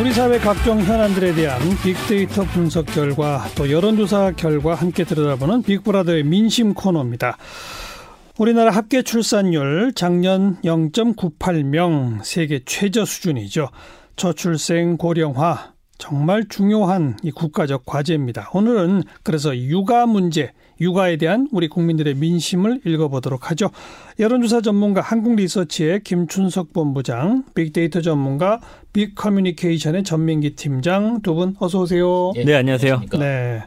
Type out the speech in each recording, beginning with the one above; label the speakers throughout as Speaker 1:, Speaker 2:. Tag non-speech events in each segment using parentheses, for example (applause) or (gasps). Speaker 1: 우리 사회 각종 현안들에 대한 빅데이터 분석 결과 또 여론조사 결과 함께 들여다보는 빅브라더의 민심 코너입니다. 우리나라 합계 출산율 작년 0.98명 세계 최저 수준이죠. 저출생 고령화 정말 중요한 이 국가적 과제입니다. 오늘은 그래서 육아 문제, 육아에 대한 우리 국민들의 민심을 읽어보도록 하죠. 여론조사 전문가 한국리서치의 김춘석 본부장, 빅데이터 전문가 빅커뮤니케이션의 전민기 팀장 두 분 어서 오세요.
Speaker 2: 네, 안녕하세요.
Speaker 3: 예, 안녕하십니까?
Speaker 1: 네,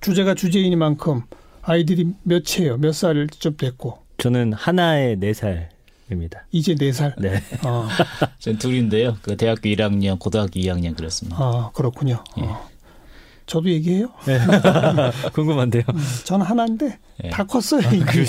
Speaker 1: 주제가 주제이니만큼 아이들이 몇 채예요? 몇 살쯤 됐고
Speaker 2: 저는 하나의 네 살입니다.
Speaker 1: 이제 네 살.
Speaker 2: 네.
Speaker 1: 어,
Speaker 3: 전 둘인데요. 그 대학교 1학년, 고등학교 2학년 그렇습니다.
Speaker 1: 아
Speaker 3: (laughs)
Speaker 1: 그렇군요.
Speaker 3: 예.
Speaker 1: 어. 저도 얘기해요.
Speaker 2: 네. 궁금한데요.
Speaker 1: 전 하나인데
Speaker 3: 예.
Speaker 1: 다 컸어요. 이게.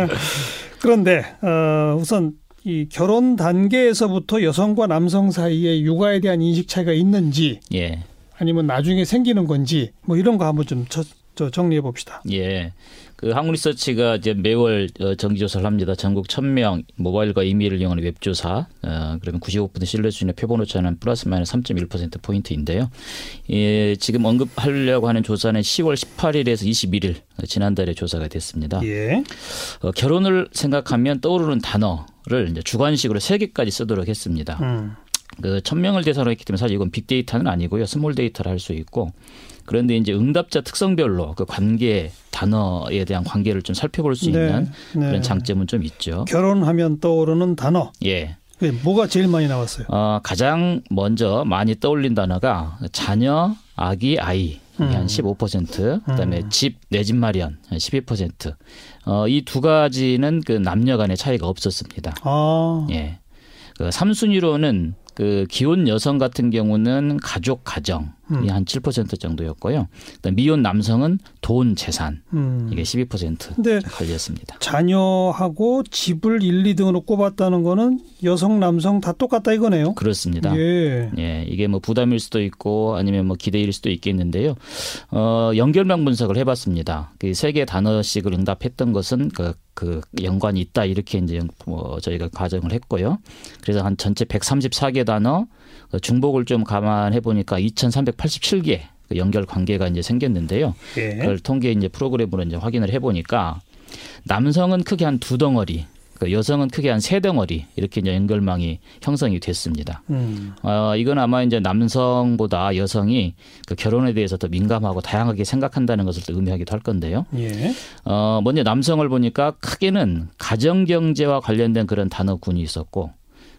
Speaker 1: (laughs) 그런데 어, 우선 이 결혼 단계에서부터 여성과 남성 사이에 육아에 대한 인식 차이가 있는지
Speaker 3: 예.
Speaker 1: 아니면 나중에 생기는 건지 뭐 이런 거 한번 좀 저, 저 정리해 봅시다.
Speaker 3: 예. 그 한국리서치가 이제 매월 어, 정기조사를 합니다. 전국 1000명 모바일과 이메일을 이용하는 웹조사. 어, 그러면 95% 신뢰 수준의 표본 오차는 플러스 마이너스 3.1% 포인트인데요. 예, 지금 언급하려고 하는 조사는 10월 18일에서 21일 어, 지난달에 조사가 됐습니다.
Speaker 1: 예.
Speaker 3: 어, 결혼을 생각하면 떠오르는 단어를 이제 주관식으로 세개까지 쓰도록 했습니다.
Speaker 1: 음.
Speaker 3: 그 천명을 대상으로 했기 때문에 사실 이건 빅데이터는 아니고요. 스몰 데이터를 할 수 있고. 그런데 이제 응답자 특성별로 그 관계 단어에 대한 관계를 좀 살펴볼 수 있는
Speaker 1: 네.
Speaker 3: 그런 장점은 좀 있죠.
Speaker 1: 결혼하면 떠오르는 단어.
Speaker 3: 예.
Speaker 1: 그게 뭐가 제일 많이 나왔어요?
Speaker 3: 어, 가장 먼저 많이 떠올린 단어가 자녀, 아기, 아이. 이게
Speaker 1: 음.
Speaker 3: 한 15%, 그다음에 집, 내 집 마련 한 12%. 어, 이 두 가지는 그 남녀 간의 차이가 없었습니다.
Speaker 1: 아,
Speaker 3: 예. 그 3순위로는 그 기혼 여성 같은 경우는 가족 가정이
Speaker 1: 음.
Speaker 3: 한 7% 정도였고요. 그다음 미혼 남성은 돈 재산
Speaker 1: 음. 네.
Speaker 3: 이게 12%
Speaker 1: 근데
Speaker 3: 관리였습니다.
Speaker 1: 자녀하고 집을 1, 2등으로 꼽았다는 거는 여성, 남성 다 똑같다 이거네요.
Speaker 3: 그렇습니다. 예.
Speaker 1: 예.
Speaker 3: 이게 뭐 부담일 수도 있고 아니면 뭐 기대일 수도 있겠는데요. 어, 연결망 분석을 해봤습니다. 그 세 개 단어씩을 응답했던 것은 그, 그 연관이 있다 이렇게 이제 연- 뭐 저희가 가정을 했고요. 그래서 한 전체 134개 단어 그 중복을 좀 감안해 보니까 2,387개 그 연결 관계가 이제 생겼는데요.
Speaker 1: 예.
Speaker 3: 그걸 통계 이제 프로그램으로 이제 확인을 해보니까 남성은 크게 한 두 덩어리, 그 여성은 크게 한 세 덩어리 이렇게 이제 연결망이 형성이 됐습니다.
Speaker 1: 음.
Speaker 3: 어, 이건 아마 이제 남성보다 여성이 그 결혼에 대해서 더 민감하고 다양하게 생각한다는 것을 또 의미하기도 할 건데요.
Speaker 1: 예.
Speaker 3: 어, 먼저 남성을 보니까 크게는 가정 경제와 관련된 그런 단어군이 있었고,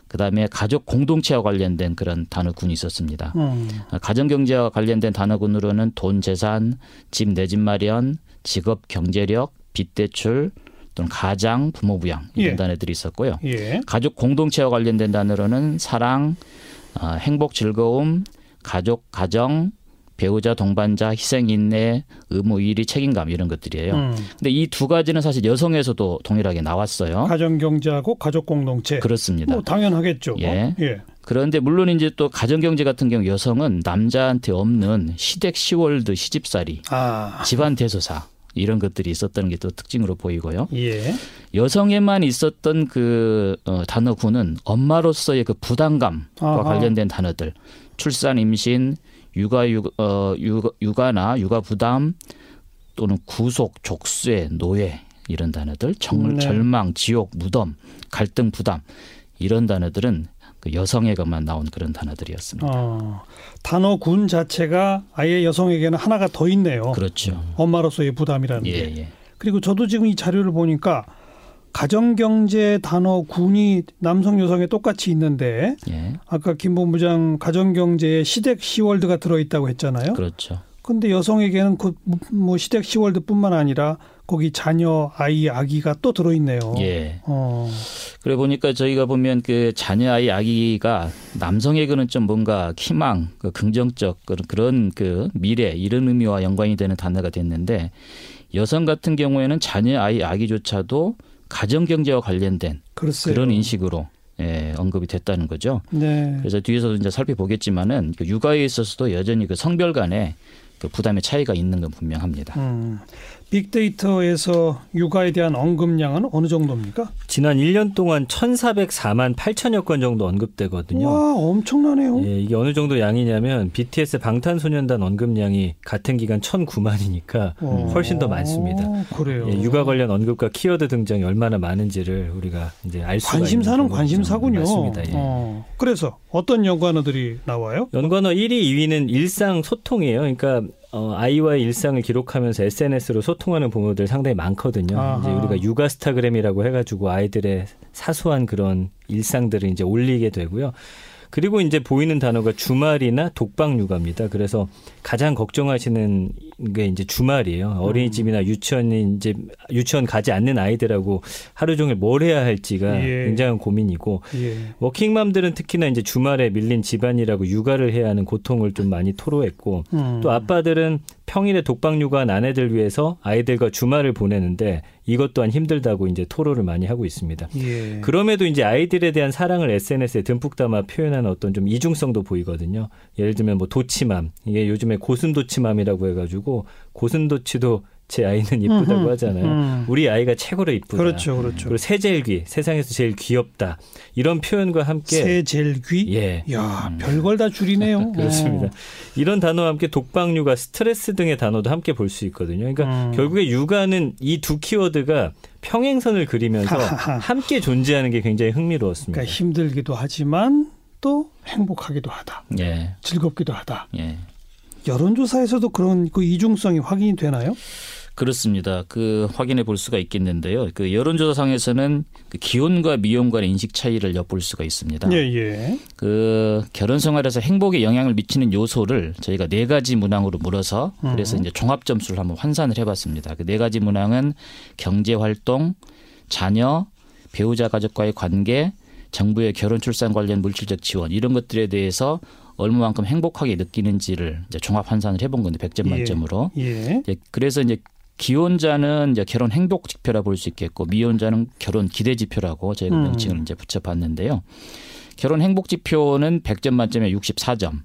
Speaker 3: 그 다음에 가족 공동체와 관련된 그런 단어군이 있었습니다.
Speaker 1: 음.
Speaker 3: 가정경제와 관련된 단어군으로는 돈 재산, 집 내 집 마련, 직업 경제력, 빚 대출 또는 가장, 부모 부양 이런
Speaker 1: 예.
Speaker 3: 단어들이 있었고요.
Speaker 1: 예.
Speaker 3: 가족 공동체와 관련된 단어로는 사랑, 어, 행복 즐거움, 가족 가정, 배우자 동반자, 희생 인내, 의무 일의 책임감 이런 것들이에요.
Speaker 1: 음.
Speaker 3: 근데 이 두 가지는 사실 여성에서도 동일하게 나왔어요.
Speaker 1: 가정 경제하고 가족 공동체.
Speaker 3: 그렇습니다.
Speaker 1: 아, 뭐 당연하겠죠.
Speaker 3: 예.
Speaker 1: 예.
Speaker 3: 그런데 물론 이제 또 가정경제 같은 경우 여성은 남자한테 없는 시댁 시월드 시집살이
Speaker 1: 아.
Speaker 3: 집안 대소사 이런 것들이 있었다는 게 또 특징으로 보이고요.
Speaker 1: 예.
Speaker 3: 여성에만 있었던 그 어, 단어군은 엄마로서의 그 부담감과
Speaker 1: 아하.
Speaker 3: 관련된 단어들, 출산, 임신, 육아, 육, 어, 육, 육아나 육아 부담 또는 구속, 족쇄, 노예 이런 단어들, 정,
Speaker 1: 네.
Speaker 3: 절망, 지옥, 무덤, 갈등, 부담 이런 단어들은 그 여성에게만 나온 그런 단어들이었습니다.
Speaker 1: 어. 단어군 자체가 아예 여성에게는 하나가 더 있네요.
Speaker 3: 그렇죠.
Speaker 1: 엄마로서의 부담이라는
Speaker 3: 예,
Speaker 1: 게.
Speaker 3: 예.
Speaker 1: 그리고 저도 지금 이 자료를 보니까 가정 경제 단어 군이 남성 여성에 똑같이 있는데
Speaker 3: 예.
Speaker 1: 아까 김 본부장 가정 경제에 시댁 시월드가 들어 있다고 했잖아요.
Speaker 3: 그렇죠.
Speaker 1: 근데 여성에게는 그 뭐 시댁 시월드뿐만 아니라 거기 자녀, 아이, 아기가 또 들어 있네요.
Speaker 3: 예.
Speaker 1: 어.
Speaker 3: 그래 보니까 저희가 보면 그 자녀 아이 아기가 남성에게는 좀 뭔가 희망, 그 긍정적 그런- 그런 그 미래 이런 의미와 연관이 되는 단어가 됐는데 여성 같은 경우에는 자녀 아이 아기조차도 가정 경제와 관련된
Speaker 1: 글쎄요.
Speaker 3: 그런 인식으로 예, 언급이 됐다는 거죠.
Speaker 1: 네.
Speaker 3: 그래서 뒤에서도 이제 살펴보겠지만은 그 육아에 있어서도 여전히 그 성별 간의 그 부담의 차이가 있는 건 분명합니다.
Speaker 1: 음. 빅데이터에서 육아에 대한 언급량은 어느 정도입니까?
Speaker 2: 지난 1년 동안 1,404만 8천여 건 정도 언급되거든요.
Speaker 1: 와 엄청나네요.
Speaker 2: 예, 이게 어느 정도 양이냐면 BTS 방탄소년단 언급량이 같은 기간 1,009만이니까
Speaker 1: 어,
Speaker 2: 훨씬 더 많습니다.
Speaker 1: 그래요.
Speaker 2: 예, 육아 관련 언급과 키워드 등장이 얼마나 많은지를 우리가 이제 알 수가
Speaker 1: 관심사는
Speaker 2: 있는 그런
Speaker 1: 관심사군요.
Speaker 2: 거죠. 맞습니다. 예.
Speaker 1: 어, 그래서 어떤 연관어들이 나와요?
Speaker 2: 연관어 1위, 2위는 일상 소통이에요. 그러니까 어, 아이와의 일상을 기록하면서 SNS로 소통하는 부모들 상당히 많거든요.
Speaker 1: 아하.
Speaker 2: 이제 우리가 육아스타그램이라고 해가지고 아이들의 사소한 그런 일상들을 이제 올리게 되고요. 그리고 이제 보이는 단어가 주말이나 독방 육아입니다. 그래서 가장 걱정하시는 게 이제 주말이에요.
Speaker 1: 음.
Speaker 2: 어린이집이나 유치원이 이제 유치원 가지 않는 아이들하고 하루 종일 뭘 해야 할지가
Speaker 1: 예.
Speaker 2: 굉장한 고민이고
Speaker 1: 예.
Speaker 2: 워킹맘들은 특히나 이제 주말에 밀린 집안이라고 육아를 해야 하는 고통을 좀 많이 토로했고
Speaker 1: 음.
Speaker 2: 또 아빠들은 평일에 독방 육아한 아내들 위해서 아이들과 주말을 보내는데 이것 또한 힘들다고 이제 토로를 많이 하고 있습니다.
Speaker 1: 예.
Speaker 2: 그럼에도 이제 아이들에 대한 사랑을 SNS에 듬뿍 담아 표현하는 어떤 좀 이중성도 보이거든요. 예를 들면 뭐 도치맘 이게 요즘에 고슴도치맘이라고 해가지고 고슴도치도 제 아이는 (laughs) 이쁘다고 하잖아요.
Speaker 1: 음.
Speaker 2: 우리 아이가 최고로 이쁘다.
Speaker 1: 그렇죠, 그렇죠.
Speaker 2: 그리고 새제일귀 세상에서 제일 귀엽다 이런 표현과 함께
Speaker 1: 새젤귀.
Speaker 2: 예
Speaker 1: 야, 별걸 다 줄이네요.
Speaker 2: (laughs) 그렇습니다
Speaker 1: 어.
Speaker 2: 이런 단어와 함께 독방 육아 스트레스 등의 단어도 함께 볼 수 있거든요 그러니까
Speaker 1: 음.
Speaker 2: 결국에 육아는 이 두 키워드가 평행선을 그리면서 음.
Speaker 1: 하하하.
Speaker 2: 함께 존재하는 게 굉장히 흥미로웠습니다
Speaker 1: 그러니까 힘들기도 하지만 또 행복하기도 하다.
Speaker 3: 예.
Speaker 1: 즐겁기도 하다.
Speaker 3: 예.
Speaker 1: 여론조사에서도 그런 그 이중성이 확인이 되나요?
Speaker 3: 그렇습니다. 그 확인해 볼 수가 있겠는데요. 그 여론조사상에서는 그 기혼과 미혼 간의 인식 차이를 엿볼 수가 있습니다.
Speaker 1: 예, 예.
Speaker 3: 그 결혼 생활에서 행복에 영향을 미치는 요소를 저희가 네 가지 문항으로 물어서
Speaker 1: 음.
Speaker 3: 그래서 이제 종합 점수를 한번 환산을 해봤습니다. 그 네 가지 문항은 경제 활동, 자녀, 배우자 가족과의 관계, 정부의 결혼 출산 관련 물질적 지원 이런 것들에 대해서 얼마만큼 행복하게 느끼는지를 이제 종합 환산을 해본 건데 100점
Speaker 1: 예.
Speaker 3: 만점으로
Speaker 1: 예.
Speaker 3: 이제 그래서 이제 기혼자는 이제 결혼 행복 지표라 볼 수 있겠고 미혼자는 결혼 기대 지표라고 저희가
Speaker 1: 음.
Speaker 3: 명칭을 이제 붙여봤는데요. 결혼 행복 지표는 100점 만점에 64점.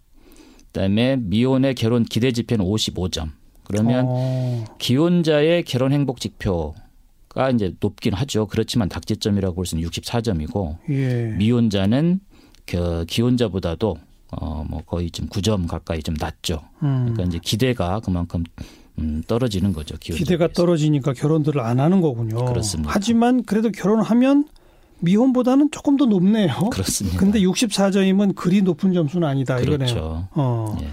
Speaker 3: 그다음에 미혼의 결혼 기대 지표는 55점. 그러면
Speaker 1: 어,
Speaker 3: 기혼자의 결혼 행복 지표가 이제 높긴 하죠. 그렇지만 닥지점이라고 볼 수는 64점이고
Speaker 1: 예.
Speaker 3: 미혼자는 그 기혼자보다도 어뭐 거의 좀 9점 가까이 좀 낮죠.
Speaker 1: 음.
Speaker 3: 그러니까 이제 기대가 그만큼 음, 떨어지는 거죠. 기혼자에
Speaker 1: 기대가
Speaker 3: 비해서.
Speaker 1: 떨어지니까 결혼들을 안 하는 거군요.
Speaker 3: 그렇습니다.
Speaker 1: 하지만 그래도 결혼하면 미혼보다는 조금 더 높네요.
Speaker 3: 그렇습니다.
Speaker 1: 근데 64점이면 그리 높은 점수는 아니다 이거네요.
Speaker 3: 그렇죠.
Speaker 1: 어.
Speaker 3: 예.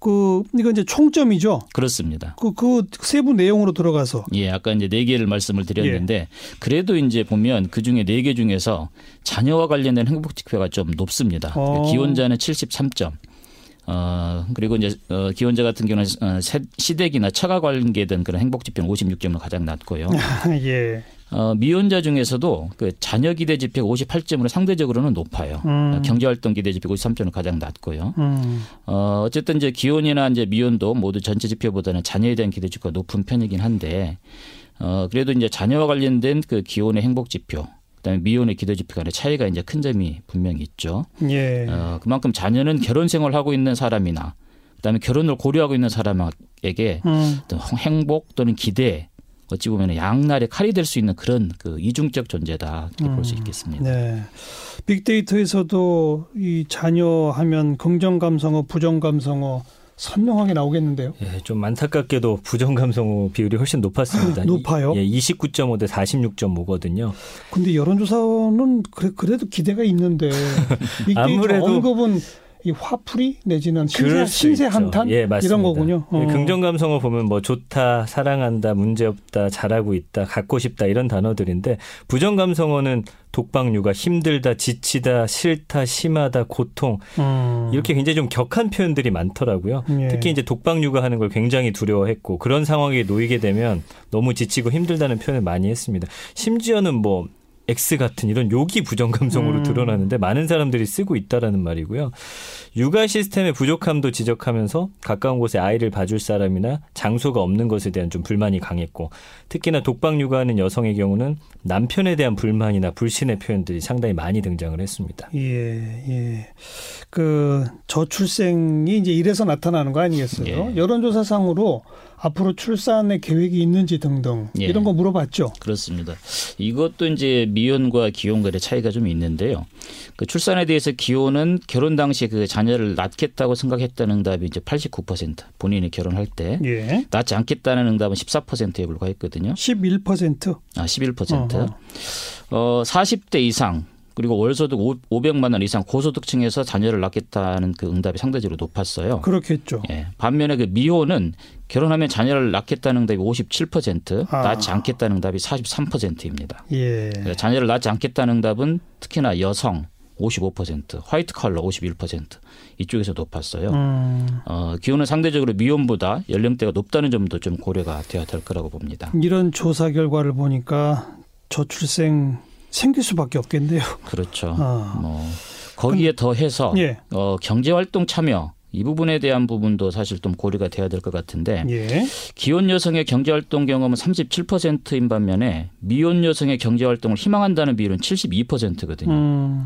Speaker 1: 그 이건 이제 총점이죠.
Speaker 3: 그렇습니다.
Speaker 1: 그 그 세부 내용으로
Speaker 2: (laughs)
Speaker 1: 들어가서
Speaker 3: 예, 아까 이제 네 개를 말씀을 드렸는데
Speaker 1: 예.
Speaker 3: 그래도 이제 보면 그 중에 네 개 중에서 자녀와 관련된 행복 지표가 좀 높습니다. 그러니까
Speaker 1: 어.
Speaker 3: 기혼자는 73점. 어 그리고 이제 어, 기혼자 같은 경우는 어, 세- 시댁이나 처가 관계된 그런 행복 지표는 56점으로 가장 낮고요.
Speaker 1: 예.
Speaker 3: 어, 미혼자 중에서도 그 자녀 기대 지표가 58점으로 상대적으로는 높아요. 그러니까
Speaker 1: 음.
Speaker 3: 경제 활동 기대 지표 53점으로 가장 낮고요.
Speaker 1: 음.
Speaker 3: 어, 어쨌든 이제 기혼이나 이제 미혼도 모두 전체 지표보다는 자녀에 대한 기대 지표가 높은 편이긴 한데 어, 그래도 이제 자녀와 관련된 그 기혼의 행복 지표 그다음에 미혼의 기대 지표 간의 차이가 이제 큰 점이 분명히 있죠.
Speaker 1: 예.
Speaker 3: 어, 그만큼 자녀는 결혼 생활을 하고 있는 사람이나 그다음에 결혼을 고려하고 있는 사람에게
Speaker 1: 음.
Speaker 3: 어떤 행복 또는 기대 어찌 보면 양날의 칼이 될 수 있는 그런 그 이중적 존재다 이렇게 볼 수 있겠습니다.
Speaker 1: 네. 빅데이터에서도 이 자녀 하면 긍정 감성어, 부정 감성어 선명하게 나오겠는데요.
Speaker 2: 예, 좀 안타깝게도 부정 감성 비율이 훨씬
Speaker 1: (gasps)
Speaker 2: 높았습니다.
Speaker 1: 높아요?
Speaker 2: 이- 예, 29.5 대 46.5거든요.
Speaker 1: 근데 여론조사는 그래, 그래도 기대가
Speaker 2: (laughs)
Speaker 1: 있는데 빅데이터
Speaker 2: 아무래도-
Speaker 1: 언급은 이 화풀이 내지는 신세,
Speaker 2: 그럴 수
Speaker 1: 신세
Speaker 2: 있죠.
Speaker 1: 한탄
Speaker 2: 예, 맞습니다.
Speaker 1: 이런 거군요.
Speaker 2: 예,
Speaker 1: 어.
Speaker 2: 긍정 감성어 보면 뭐 좋다, 사랑한다, 문제 없다, 잘하고 있다, 갖고 싶다 이런 단어들인데 부정 감성어는 독방 육아, 힘들다, 지치다, 싫다, 심하다, 고통
Speaker 1: 음.
Speaker 2: 이렇게 굉장히 좀 격한 표현들이 많더라고요.
Speaker 1: 예.
Speaker 2: 특히 이제 독방 육아하는 걸 굉장히 두려워했고 그런 상황에 놓이게 되면 너무 지치고 힘들다는 표현을 많이 했습니다. 심지어는 뭐 X 같은 이런 욕이 부정 감성으로
Speaker 1: 음.
Speaker 2: 드러나는데 많은 사람들이 쓰고 있다라는 말이고요. 육아 시스템의 부족함도 지적하면서 가까운 곳에 아이를 봐줄 사람이나 장소가 없는 것에 대한 좀 불만이 강했고 특히나 독방 육아하는 여성의 경우는 남편에 대한 불만이나 불신의 표현들이 상당히 많이 등장을 했습니다.
Speaker 1: 예, 예. 그 저출생이 이제 이래서 나타나는 거 아니겠어요?
Speaker 3: 예.
Speaker 1: 여론조사상으로 앞으로 출산의 계획이 있는지 등등
Speaker 3: 예.
Speaker 1: 이런 거 물어봤죠.
Speaker 3: 그렇습니다. 이것도 이제 미혼과 기혼간의 차이가 좀 있는데요. 그 출산에 대해서 기혼은 결혼 당시 그 자녀를 낳겠다고 생각했다는 응답이 이제 89% 본인이 결혼할 때
Speaker 1: 예.
Speaker 3: 낳지 않겠다는 응답은 14%에 불과했거든요.
Speaker 1: 11%.
Speaker 3: 아, 11%.
Speaker 1: 어허.
Speaker 3: 어, 40대 이상 그리고 월소득 500만 원 이상 고소득층에서 자녀를 낳겠다는 그 응답이 상대적으로 높았어요.
Speaker 1: 그렇겠죠.
Speaker 3: 예. 반면에 그 미혼은 결혼하면 자녀를 낳겠다는 응답이 57%,
Speaker 1: 아.
Speaker 3: 낳지 않겠다는 응답이 43%입니다.
Speaker 1: 예.
Speaker 3: 자녀를 낳지 않겠다는 응답은 특히나 여성 55%, 화이트 컬러 51% 이쪽에서 높았어요.
Speaker 1: 음,
Speaker 3: 어, 기혼은 상대적으로 미혼보다 연령대가 높다는 점도 좀 고려가 되어야 될 거라고 봅니다.
Speaker 1: 이런 조사 결과를 보니까 저출생 생길 수밖에 없겠네요.
Speaker 3: 그렇죠.
Speaker 1: 아.
Speaker 3: 뭐 거기에 더해서
Speaker 1: 예.
Speaker 3: 어, 경제활동 참여 이 부분에 대한 부분도 사실 좀 고려가 돼야 될 것 같은데
Speaker 1: 예.
Speaker 3: 기혼 여성의 경제활동 경험은 37%인 반면에 미혼 여성의 경제활동을 희망한다는 비율은 72%거든요.
Speaker 1: 음,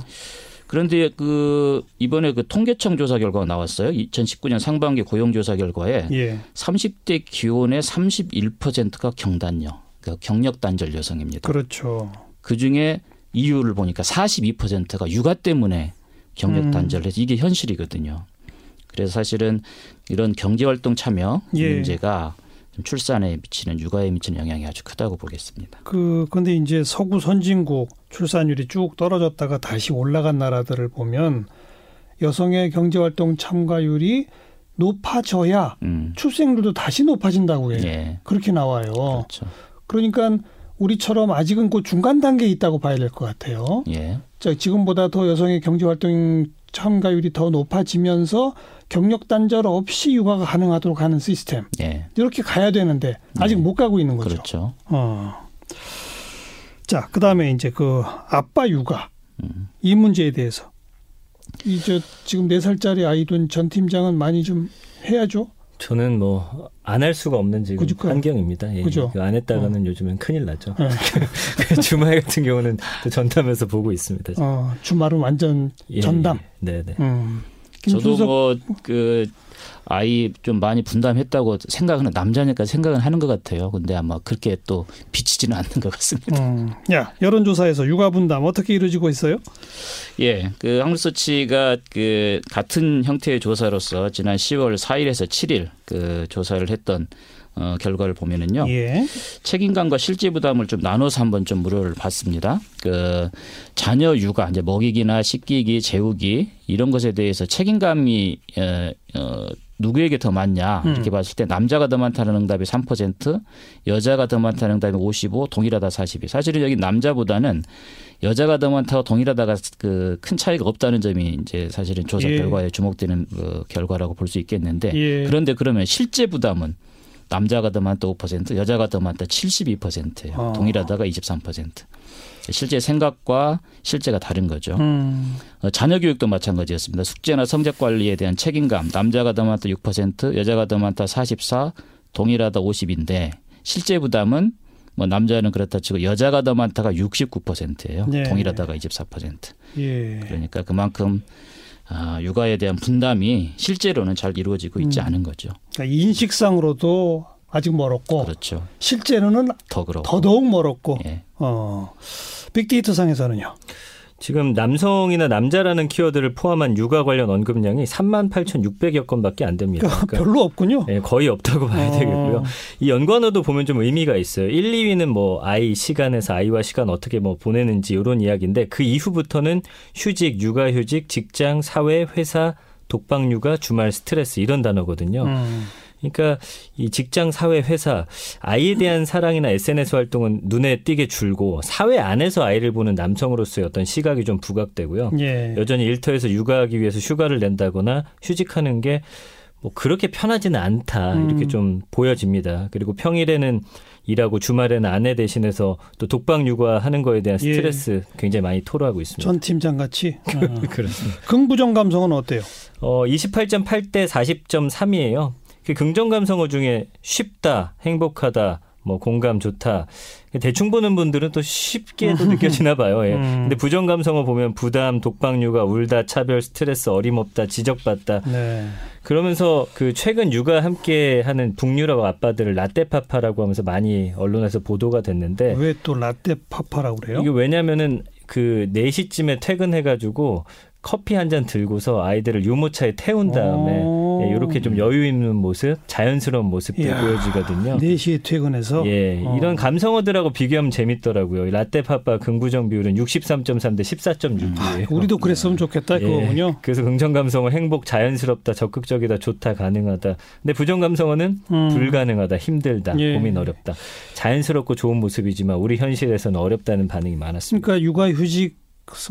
Speaker 3: 그런데 그 이번에 그 통계청 조사 결과가 나왔어요. 2019년 상반기 고용 조사 결과에
Speaker 1: 예.
Speaker 3: 30대 기혼의 31%가 경단녀, 그러니까 경력 단절 여성입니다.
Speaker 1: 그렇죠.
Speaker 3: 그 중에 이유를 보니까 42%가 육아 때문에
Speaker 1: 음.
Speaker 3: 경력 단절해서 이게 현실이거든요. 그래서 사실은 이런 경제 활동 참여
Speaker 1: 예.
Speaker 3: 문제가 좀 출산에 미치는 육아에 미치는 영향이 아주 크다고 보겠습니다.
Speaker 1: 그 근데 이제 서구 선진국 출산율이 쭉 떨어졌다가 다시 올라간 나라들을 보면 여성의 경제 활동 참가율이 높아져야
Speaker 3: 음.
Speaker 1: 출생률도 다시 높아진다고 해요.
Speaker 3: 예.
Speaker 1: 그렇게 나와요.
Speaker 3: 그렇죠.
Speaker 1: 그러니까 우리처럼 아직은 그 중간 단계에 있다고 봐야 될 것 같아요.
Speaker 3: 예.
Speaker 1: 자, 지금보다 더 여성의 경제 활동 참가율이 더 높아지면서 경력 단절 없이 육아가 가능하도록 하는 시스템
Speaker 3: 예.
Speaker 1: 이렇게 가야 되는데 아직
Speaker 3: 네.
Speaker 1: 못 가고 있는 거죠.
Speaker 3: 그렇죠.
Speaker 1: 어. 자, 그 다음에 이제 그 아빠 육아
Speaker 3: 음.
Speaker 1: 이 문제에 대해서 이제 지금 네 살짜리 아이 둔 전 팀장은 많이 좀 해야죠.
Speaker 2: 저는 뭐 안 할 수가 없는 지금
Speaker 1: 그죠?
Speaker 2: 환경입니다. 예.
Speaker 1: 그죠? 어.
Speaker 2: 그안 했다가는 요즘엔 큰일 나죠.
Speaker 1: 예.
Speaker 2: (laughs) 주말 같은 경우는 또 전담해서 보고 있습니다.
Speaker 1: 어, 주말은 완전
Speaker 2: 예,
Speaker 1: 전담.
Speaker 2: 예. 네, 네.
Speaker 1: 음.
Speaker 3: 저도
Speaker 1: 김준석
Speaker 3: 뭐 그 아이 좀 많이 분담했다고 생각하는 남자니까 생각은 하는 것 같아요. 근데 아마 그렇게 또 비치지는 않는 것 같습니다.
Speaker 1: 음. 야 여론조사에서 육아 분담 어떻게 이루어지고 있어요?
Speaker 3: 예, 그 한국서치가 그 같은 형태의 조사로서 지난 10월 4일에서 7일 그 조사를 했던 어, 결과를 보면은요
Speaker 1: 예.
Speaker 3: 책임감과 실제 부담을 좀 나눠서 한번 좀 물어를 봤습니다. 그 자녀 육아 이제 먹이기나 씻기기, 재우기 이런 것에 대해서 책임감이 에, 어, 누구에게 더 많냐
Speaker 1: 음.
Speaker 3: 이렇게 봤을 때 남자가 더 많다는 응답이 3%, 여자가 더 많다는 응답이 55, 동일하다 42. 사실은 여기 남자보다는 여자가 더 많다고 동일하다가 그 큰 차이가 없다는 점이 이제 사실은 조사
Speaker 1: 예.
Speaker 3: 결과에 주목되는 그 결과라고 볼 수
Speaker 2: 네.
Speaker 3: 있겠는데
Speaker 1: 예.
Speaker 3: 그런데 그러면 실제 부담은 남자가 더 많다 5%, 여자가 더 많다 72%예요.
Speaker 1: 어.
Speaker 3: 동일하다가 23%. 실제 생각과 실제가 다른 거죠.
Speaker 1: 음.
Speaker 3: 어, 자녀 교육도 마찬가지였습니다. 숙제나 성적 관리에 대한 책임감, 남자가 더 많다 6%, 여자가 더 많다 44, 동일하다 50인데 실제 부담은 뭐 남자는 그렇다 치고 여자가 더 많다가 69%예요.
Speaker 1: 네.
Speaker 3: 동일하다가 24%.
Speaker 1: 예.
Speaker 3: 그러니까 그만큼 아, 육아에 대한 분담이 실제로는 잘 이루어지고 있지
Speaker 1: 음.
Speaker 3: 않은 거죠.
Speaker 1: 그러니까 인식상으로도 아직 멀었고
Speaker 3: 그렇죠.
Speaker 1: 실제로는
Speaker 3: 더 그렇고.
Speaker 1: 더더욱 멀었고
Speaker 3: 예.
Speaker 1: 어. 빅데이터 상에서는요.
Speaker 2: 지금 남성이나 남자라는 키워드를 포함한 육아 관련 언급량이 38,600여 건밖에 안 됩니다. 그러니까
Speaker 1: 별로 없군요.
Speaker 2: 예, 거의 없다고 봐야
Speaker 1: 어.
Speaker 2: 되겠고요. 이 연관어도 보면 좀 의미가 있어요. 1, 2위는 뭐 아이 시간에서 아이와 시간 어떻게 뭐 보내는지 이런 이야기인데 그 이후부터는 휴직, 육아 휴직, 직장, 사회, 회사, 독방 육아, 주말 스트레스 이런 단어거든요.
Speaker 1: 음.
Speaker 2: 그러니까 이 직장, 사회, 회사 아이에 대한 사랑이나 SNS 활동은 눈에 띄게 줄고 사회 안에서 아이를 보는 남성으로서의 어떤 시각이 좀 부각되고요.
Speaker 1: 예.
Speaker 2: 여전히 일터에서 육아하기 위해서 휴가를 낸다거나 휴직하는 게 뭐 그렇게 편하지는 않다 이렇게
Speaker 1: 음.
Speaker 2: 좀 보여집니다. 그리고 평일에는 일하고 주말에는 아내 대신해서 또 독방 육아하는 거에 대한
Speaker 1: 예.
Speaker 2: 스트레스 굉장히 많이 토로하고 있습니다.
Speaker 1: 전 팀장 같이 어.
Speaker 2: (laughs) 그렇습니다.
Speaker 1: 긍부정 감성은 어때요?
Speaker 2: 어, 28.8 대 40.3이에요. 그 긍정 감성어 중에 쉽다, 행복하다, 뭐 공감 좋다. 대충 보는 분들은
Speaker 1: (laughs)
Speaker 2: 또 쉽게도 느껴지나 봐요. 예.
Speaker 1: 음.
Speaker 2: 근데 부정 감성어 보면 부담, 독방 육아, 울다, 차별, 스트레스, 어림없다, 지적받다.
Speaker 1: 네.
Speaker 2: 그러면서 그 최근 육아 함께 하는 북유럽 아빠들을 라떼파파라고 하면서 많이 언론에서 보도가 됐는데
Speaker 1: 왜 또 라떼 파파라고 그래요?
Speaker 2: 예. 이게 왜냐면은 그 4시쯤에 퇴근해가지고 커피 한 잔 들고서 아이들을 유모차에 태운 다음에
Speaker 1: 오.
Speaker 2: 예, 이렇게 좀 여유 있는 모습, 자연스러운 모습들
Speaker 1: 어. 이야.
Speaker 2: 보여지거든요.
Speaker 1: 4시에 퇴근해서
Speaker 2: 예,
Speaker 1: 어.
Speaker 2: 이런 감성어들하고 비교하면 재밌더라고요. 이 라떼파파 긍부정 비율은 63.3 대 14.6이에요.
Speaker 1: 아, 우리도 그랬으면
Speaker 2: 예.
Speaker 1: 좋겠다 그거군요.
Speaker 2: 그래서 긍정 감성어 행복, 자연스럽다, 적극적이다, 좋다, 가능하다. 근데 부정 감성어는
Speaker 1: 음.
Speaker 2: 불가능하다, 힘들다,
Speaker 1: 예.
Speaker 2: 고민 어렵다. 자연스럽고 좋은 모습이지만 우리 현실에서는 어렵다는 반응이 많았습니다.
Speaker 1: 그러니까 육아휴직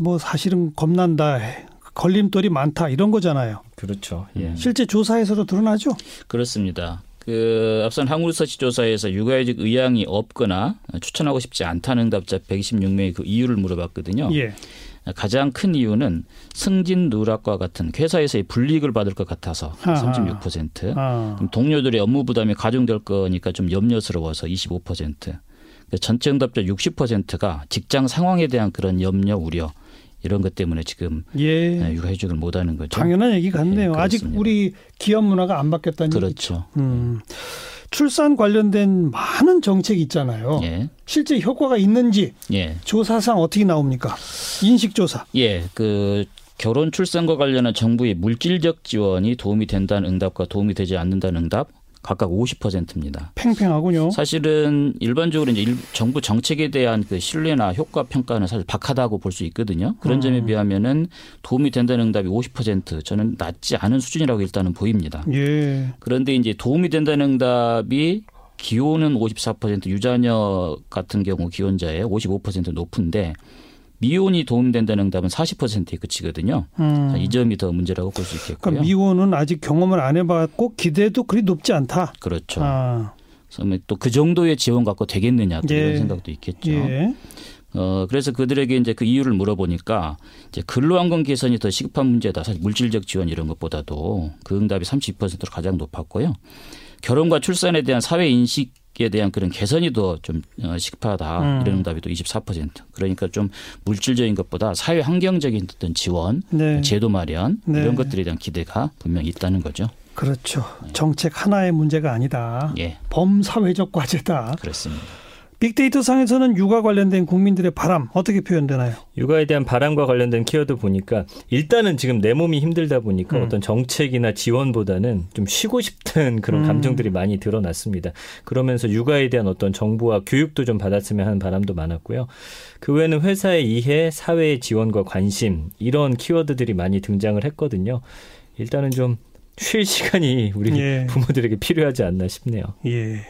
Speaker 1: 뭐 사실은 겁난다. 걸림돌이 많다 이런 거잖아요.
Speaker 2: 그렇죠.
Speaker 3: 예.
Speaker 1: 실제 조사에서도 드러나죠.
Speaker 3: 그렇습니다. 그 앞선 한국리서치 조사에서 육아휴직 의향이 없거나 추천하고 싶지 않다는 응답자 126명이 그 이유를 물어봤거든요.
Speaker 1: 예.
Speaker 3: 가장 큰 이유는 승진 누락과 같은 회사에서의 불이익을 받을 것 같아서
Speaker 1: 아하.
Speaker 3: 36%.
Speaker 1: 아.
Speaker 3: 그럼 동료들의 업무 부담이 가중될 거니까 좀 염려스러워서 25%. 그러니까 전체 응답자 60%가 직장 상황에 대한 그런 염려 우려 이런 것 때문에 지금
Speaker 1: 예.
Speaker 3: 네, 육아휴직을 못하는 거죠.
Speaker 1: 당연한 얘기 같네요.
Speaker 3: 예,
Speaker 1: 아직
Speaker 3: 그렇습니다.
Speaker 1: 우리 기업 문화가 안 바뀌었다는 얘기.
Speaker 3: 그렇죠.
Speaker 1: 음. 출산 관련된 많은 정책이 있잖아요.
Speaker 3: 예,
Speaker 1: 실제 효과가 있는지
Speaker 3: 예,
Speaker 1: 조사상 어떻게 나옵니까? 인식 조사.
Speaker 3: 예. 그 결혼 출산과 관련한 정부의 물질적 지원이 도움이 된다는 응답과 도움이 되지 않는다는 응답 각각 50%입니다.
Speaker 1: 팽팽하군요.
Speaker 3: 사실은 일반적으로 이제 일- 정부 정책에 대한 그 신뢰나 효과 평가는 사실 박하다고 볼 수 있거든요. 그런 점에 비하면은 도움이 된다는 응답이 50% 저는 낮지 않은 수준이라고 일단은 보입니다.
Speaker 1: 예.
Speaker 3: 그런데 이제 도움이 된다는 응답이 기혼은 54% 유자녀 같은 경우 기혼자의 55% 높은데 미혼이 도움된다는 응답은 40%에 그치거든요.
Speaker 1: 음.
Speaker 3: 이 점이 더 문제라고 볼 수
Speaker 1: 그러니까
Speaker 3: 있겠고요.
Speaker 1: 미혼은 아직 경험을 안 해봤고 기대도 그리 높지 않다.
Speaker 3: 그렇죠.
Speaker 1: 아,
Speaker 3: 그러면 또 그 정도의 지원 갖고 되겠느냐 또
Speaker 1: 예.
Speaker 3: 이런 생각도 있겠죠.
Speaker 1: 예.
Speaker 3: 어, 그래서 그들에게 이제 그 이유를 물어보니까 이제 근로환경 개선이 더 시급한 문제다. 사실 물질적 지원 이런 것보다도 그 응답이 32%로 가장 높았고요. 결혼과 출산에 대한 사회 인식에 대한 그런 개선이 더 좀 어,
Speaker 1: 음.
Speaker 3: 시급하다. 이런 응답이 또 24%. 그러니까 좀 물질적인 것보다 사회 환경적인 어떤 지원,
Speaker 1: 네.
Speaker 3: 제도 마련
Speaker 1: 네.
Speaker 3: 이런 것들에 대한 기대가 분명히 있다는 거죠.
Speaker 1: 그렇죠. 정책 하나의 문제가 아니다.
Speaker 3: 예,
Speaker 1: 범사회적 과제다.
Speaker 3: 그렇습니다.
Speaker 1: 빅데이터 상에서는 육아 관련된 국민들의 바람 어떻게 표현되나요?
Speaker 2: 육아에 대한 바람과 관련된 키워드 보니까 일단은 지금 내 몸이 힘들다 보니까
Speaker 1: 음.
Speaker 2: 어떤 정책이나 지원보다는 좀 쉬고 싶은 그런
Speaker 1: 음.
Speaker 2: 감정들이 많이 드러났습니다. 그러면서 육아에 대한 어떤 정보와 교육도 좀 받았으면 하는 바람도 많았고요. 그 외에는 회사의 이해, 사회의 지원과 관심 이런 키워드들이 많이 등장을 했거든요. 일단은 좀 쉴 시간이 우리
Speaker 1: 예.
Speaker 2: 부모들에게 필요하지 않나 싶네요.
Speaker 1: 예.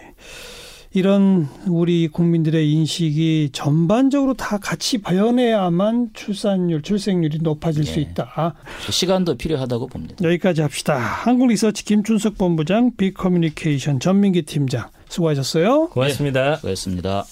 Speaker 1: 이런 우리 국민들의 인식이 전반적으로 다 같이 변해야만 출산율, 출생률이 높아질 수
Speaker 3: 예.
Speaker 1: 있다.
Speaker 3: 시간도 필요하다고 봅니다.
Speaker 1: 여기까지 합시다. 한국 리서치 김준석 본부장, 빅커뮤니케이션 전민기 팀장 수고하셨어요.
Speaker 2: 고맙습니다.
Speaker 1: 예.
Speaker 3: 그렇습니다.